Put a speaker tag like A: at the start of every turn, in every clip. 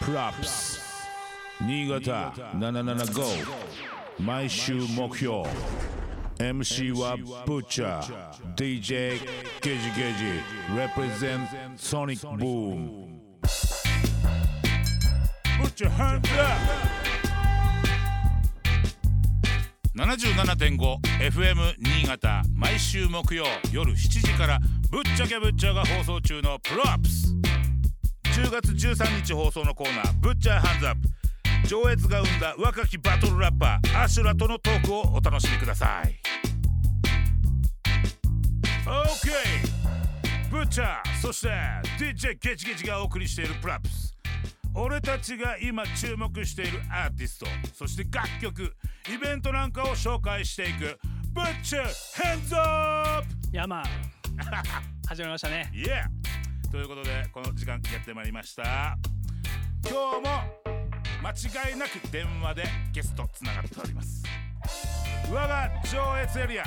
A: プラップス新潟775毎週目標 MC はブッチャー DJ ゲジゲジ represent ソニックブーム Put your hands up!
B: 77.5FM 新潟毎週木曜夜7時からぶっちゃけぶっちゃが放送中のプロアップス10月13日放送のコーナー「ぶっちゃハンズアップ」上越が生んだ若きバトルラッパーアシュラとのトークをお楽しみください OK ぶっちゃそして DJ ゲチゲチがお送りしているプロアップス俺たちが今注目しているアーティストそして楽曲イベントなんかを紹介していく「ブッチャーハンズアップ!」
C: やまあ始まりましたね
B: イエーということでこの時間やってまいりました今日も間違いなく電話でゲストつながっております我が上越エリア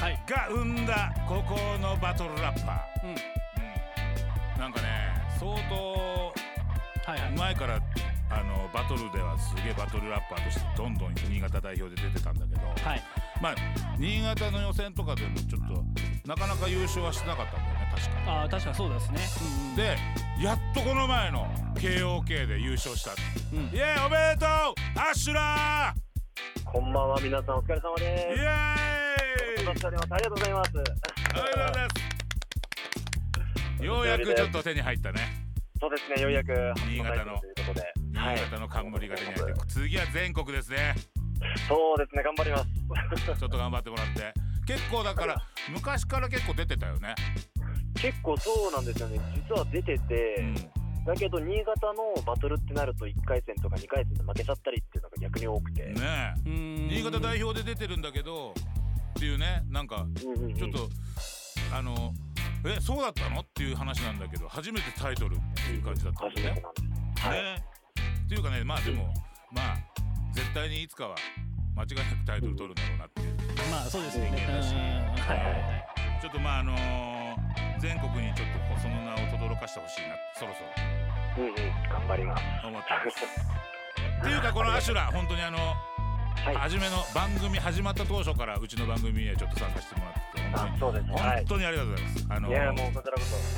C: はい
B: が生んだ孤高のバトルラッパ
C: うん
B: ーなんかね相当
C: はいはい
B: 前からあのバトルではすげえバトルラッパーとしてどんどん新潟代表で出てたんだけど、
C: はい
B: まあ新潟の予選とかでもちょっとなかなか優勝はしてなかったんだよね確か
C: ああ確かにそうですね
B: でやっとこの前の KOK で優勝した、
C: うん
B: イエーイおめでとうアッシュラ
D: こんばんは、皆さんお疲れ様
B: ーイ
D: です。
B: エーイ
D: お待ちしております。ありがとうございます。
B: おめでとうございますようやくちょっと手に入ったね
D: そうですね、ようやく
B: 新潟の
D: 発売ということで、
B: 新潟の冠が手に入って次は全国ですね
D: そうですね、頑張ります。
B: ちょっと頑張ってもらって結構だから昔から結構出てたよね
D: 結構そうなんですよね。実は出てて、
B: うん
D: だけど新潟のバトルってなると1回戦とか2回戦で負けちゃったりっていうのが逆に多くて。
B: ね
C: うんうん
B: え新潟代表で出てるんだけどっていうねなんか
D: うんうんうん、
B: ちょっとあのえそうだったのっていう話なんだけど初めてタイトルっていう感じだったん
D: 初
B: だ
D: め
B: よ
D: て
B: ね。
D: なんです。はい。
B: ねっていうかねまあでもまあ絶対にいつかは間違いなくタイトル取るんだろうなっていう
C: まあそうですよね
B: 人間だし
C: うんうんうんはいはいはい
B: ちょっとまああのー全国にちょっとこうその名を轟かしてほしいなそろそ
D: うんうん、頑張ります。
B: ろ思ってます。っていうかこのアシュラ本当にあの、
D: い
B: 初めの番組始まった当初からうちの番組へちょっと参加してもらって
D: あ、そうですね。は
B: 本
D: い。
B: 当にありがとうございます。あの
D: いや、もうこちらこ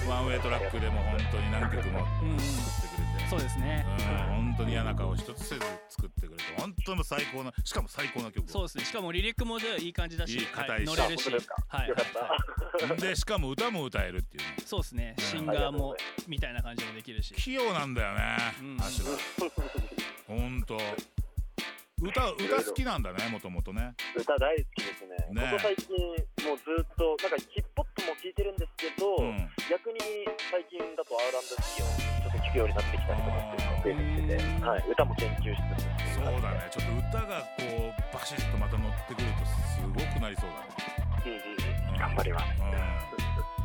D: そ。
B: ワンウェイトラックでも本当に何曲も
C: うんうん
B: 作ってくれて。
C: そうですね
B: うん本当に嫌な顔一つせず作ってくれて本当に最高なしかも最高な曲
C: そうですねしかもリリックもじゃあいい感じだし
B: いい
C: は
B: 硬
C: い
B: いし
C: 乗れる
D: あ
C: し
D: 本当ですか
C: はい
D: よかった。
B: でしかも歌も歌えるっていうね
C: そうですねシン
D: あ
C: ガー
D: りがとうご
C: も
D: ざい
C: みたいな感じもできるし
B: 器用なんだよね
C: うん
B: アシュラ本当歌歌好きなんだねもともとね
D: 歌大好きですね
B: ね
D: ここ最近もうずっとなんかヒップホップも聴いてるんですけど、
B: うん
D: 逆に最近だと R&B をちょっと聴くようになってきたりとかっていうのが増えてきてて、はい、歌も研究しつつってい
B: そう
D: 感
B: だねちょっと歌がこうバシッとまた乗ってくるとすごくなりそう
D: じでうんうんうん頑張ります、
B: だね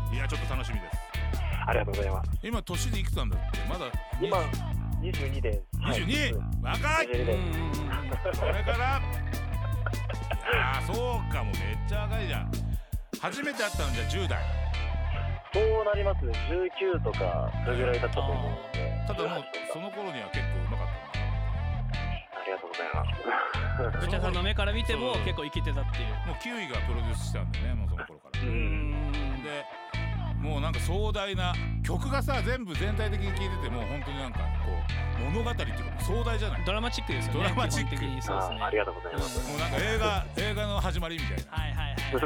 B: うんいやちょっと楽しみです
D: ありがとうございます
B: 今年でいくつなんだってまだ
D: 今22ですはい
B: 22若い
D: 22
C: うんう
D: です、
C: んうん
B: これからいやーそうかもうめっちゃ赤いじゃん初めて会ったのじゃあ10代
D: そうなりますね19とかそれぐらいだったと思うので
B: ただもう
D: 18
B: そ
D: とか
B: の頃には結構うまかっ
D: ありがとうございます
C: ブチャさんの目から見ても
B: そう
C: 結構イケてたっていう
B: たもうキウイがプロデュースしたんでねもうその頃から
C: うんうんうん
B: でもうなんか壮大な曲がさ全部全体的に聴いててもう本当になんかこう物語っていうか壮大じゃない
C: ドラマチックですよね
B: ドラマチック
C: 基本的にそうですね
D: あありがとうございます、
B: もうなんか映画映画の始まりみたいな
C: はいはい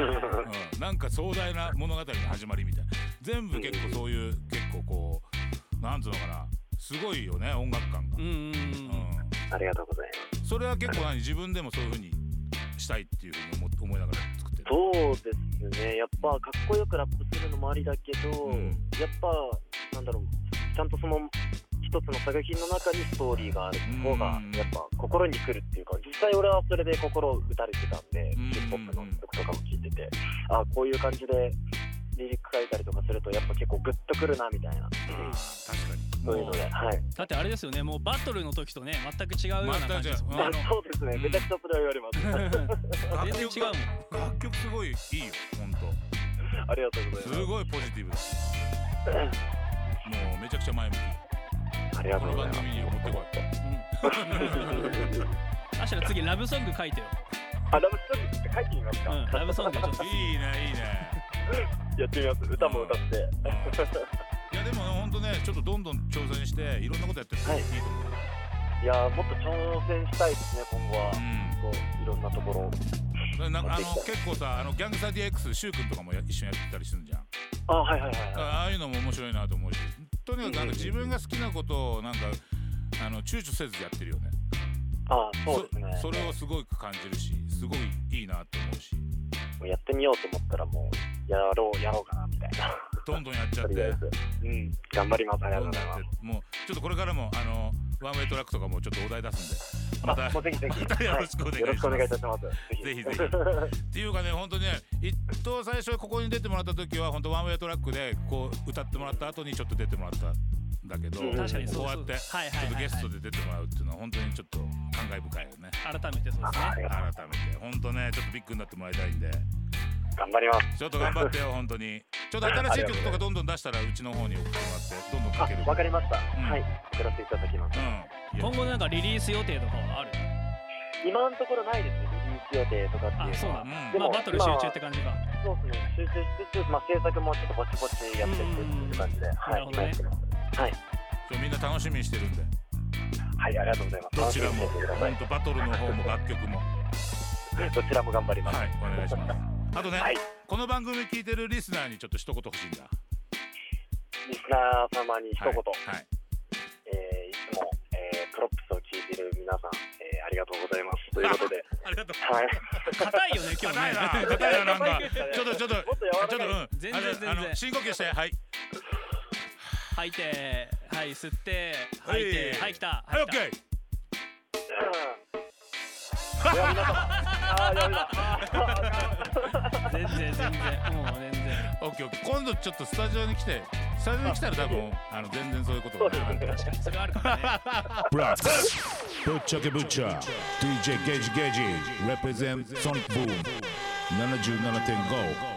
C: はい はい
B: うん、なんか壮大な物語の始まりみたいな全部結構そういう結構こうなんつうのかなすごいよね音楽感が
C: うん、うんうんうん
B: う
D: ありがとうございます
B: ん、それは結構何自分でもそういう風にしたいっていう風に思思いながら作ってる
D: そうですね、やっぱかっこよくラップするのもありだけど、
B: うん
D: やっぱ、なんだろう、ちゃんとその一つの作品の中にストーリーがある方が
B: うん、
D: やっぱ心に来るっていうか、実際俺はそれで心を打たれてたんで、
B: うん
D: K-POP の曲とかも聴いてて、あこういう感じでリリック書いたりとかすると、やっぱ結構グッとくるなみたいな、
B: あー確かに
D: そういう
B: も
D: の
B: う
D: で、はい。
C: だってあれですよねもうバトルの時とね全く違うような感じですもんね
B: あの
D: そうですね、めちゃくちゃそれは言われます。
B: 楽
C: 全
B: 曲
C: 然違うもん
B: 楽曲すごいいいよ本
D: ありがとうご
B: 当
D: ざいます
B: す。ごいポジティブだしもうめちゃくちゃ前向き
D: ありが
B: ことの
D: うご
B: 番
D: ざいます
B: 組には持ってこい
C: アシュラ次ラブソング書いてよ、
D: あラブソングって書いてみますか、
C: うん、ラブソングちょっと
B: いいねいいね
D: やってみます歌も歌って
B: いやでも本当ねちょっとどんどん挑戦していろんなことやってすごくいいと思う、
D: いやーもっと挑戦したいですね今後
B: う
D: は
B: ん
D: こういろんなところを
B: だからなんかあの結構さあのギャングサディ X シュウ君とかもや一緒にやってたりするじゃんだ
D: あはいはいはい
B: か
D: はい
B: らああいうのも面白いなと思うしとにかくなん
D: うん
B: か
D: うんうん
B: 自分が好きなことをなんかあの躊躇せずやってるよね
D: あそうですね
B: そそれをすごく感じるしすごいいいなと思うし
D: もうやってみようと思ったらもうやろうやろうかなみたいな
B: どんどんやっちゃっ
D: と
B: て
D: りあえ
B: ど
D: ずうん頑張りますありがとうんご
B: どん
D: ざい
B: や
D: ま
B: っ
D: す
B: てもうちょっとこれからもあのワンウェイトラックとかもちょっとお題出すんでまた
D: あもうぜひぜひ、
B: またよろしくお願い
D: はよろしくお願いいたします。
B: ぜひぜひ っていうかね本当ね一等最初ここに出てもらった時は本当ワンウェイトラックでこう歌ってもらった後にちょっと出てもらったんだけど
D: うん
C: 確かにそう
B: こうや
C: そ
B: っ
C: う
B: てち
C: はい
B: ょ
C: はい
B: っと
C: は
B: ゲ
C: い、は
B: ストで出てもらうっていうのは本当にちょっと感慨深いよね
C: い、改めてそうですね
D: ありがとう
B: 改めて本当ねちょっとビッグになってもらいたいんで
D: 頑張ります。
B: ちょっと頑張ってよ本当にちょっと新しい曲とかどんどん出したらうちの方に送ってもらってどんどんかける
D: あ、わかりました。
B: ん
D: はい、送らせていただきます。
B: うんいや
C: 今後なんかリリース予定とかはある
D: 今のところないですね、リリース予定とかっていうのは。
C: あそうな
B: うん
C: だ
B: ん
D: で
C: まあ
D: も
C: バトル集中って感じか
D: そうですね、集中しつつ、まあ、制作もちょっとぼちぼちやっていくっていう感じで、は
C: なる
D: い、
C: ほど
D: 今
C: ね
D: やってます。はい、
B: ちょみんな楽しみにしてるんで
D: はい、ありがとうございます。
B: どちら
D: 楽
B: も
D: しみにしてくださ
B: 本当バトルの方も楽曲も
D: いどちらも頑張ります。
B: はいお願いしますあとね、
D: はい
B: この番組聞いてるリスナーにちょっと一言欲しいんだ
D: リスナー様に一
B: はい
D: 言、い
B: はい
D: えーいつも、えープロップスを聞いてる皆さん、えーありがとうございます。 ということで、
B: ありがとう
D: はい。
C: 硬いよね今日
B: 硬いな
C: ね
B: 硬いななん かちょっとちょっと
D: もっと柔ら
B: ちょっ
D: か
B: と
D: い。
B: うん
C: 全然
B: あれ
C: 全然
B: あの深呼吸してはい
C: 吐いてはい吸って
B: は
C: 吐
B: い
C: いてはいきた
B: はいオ
C: 吐
B: ッ
C: き
B: ケ
C: た
B: ー
D: うんやめなさいあーやめな
C: 全然全然もう全然
B: オッケーオッケー今度ちょっとスタジオに来てスタジオに来たら多分あの全然そういうことがな
D: そうで
B: い
C: 確
D: す
C: かにそれはあるからね
A: Blacks. Butcher ke Butcher. DJ Gage Gage. Represent Sonic Boom. 77.5.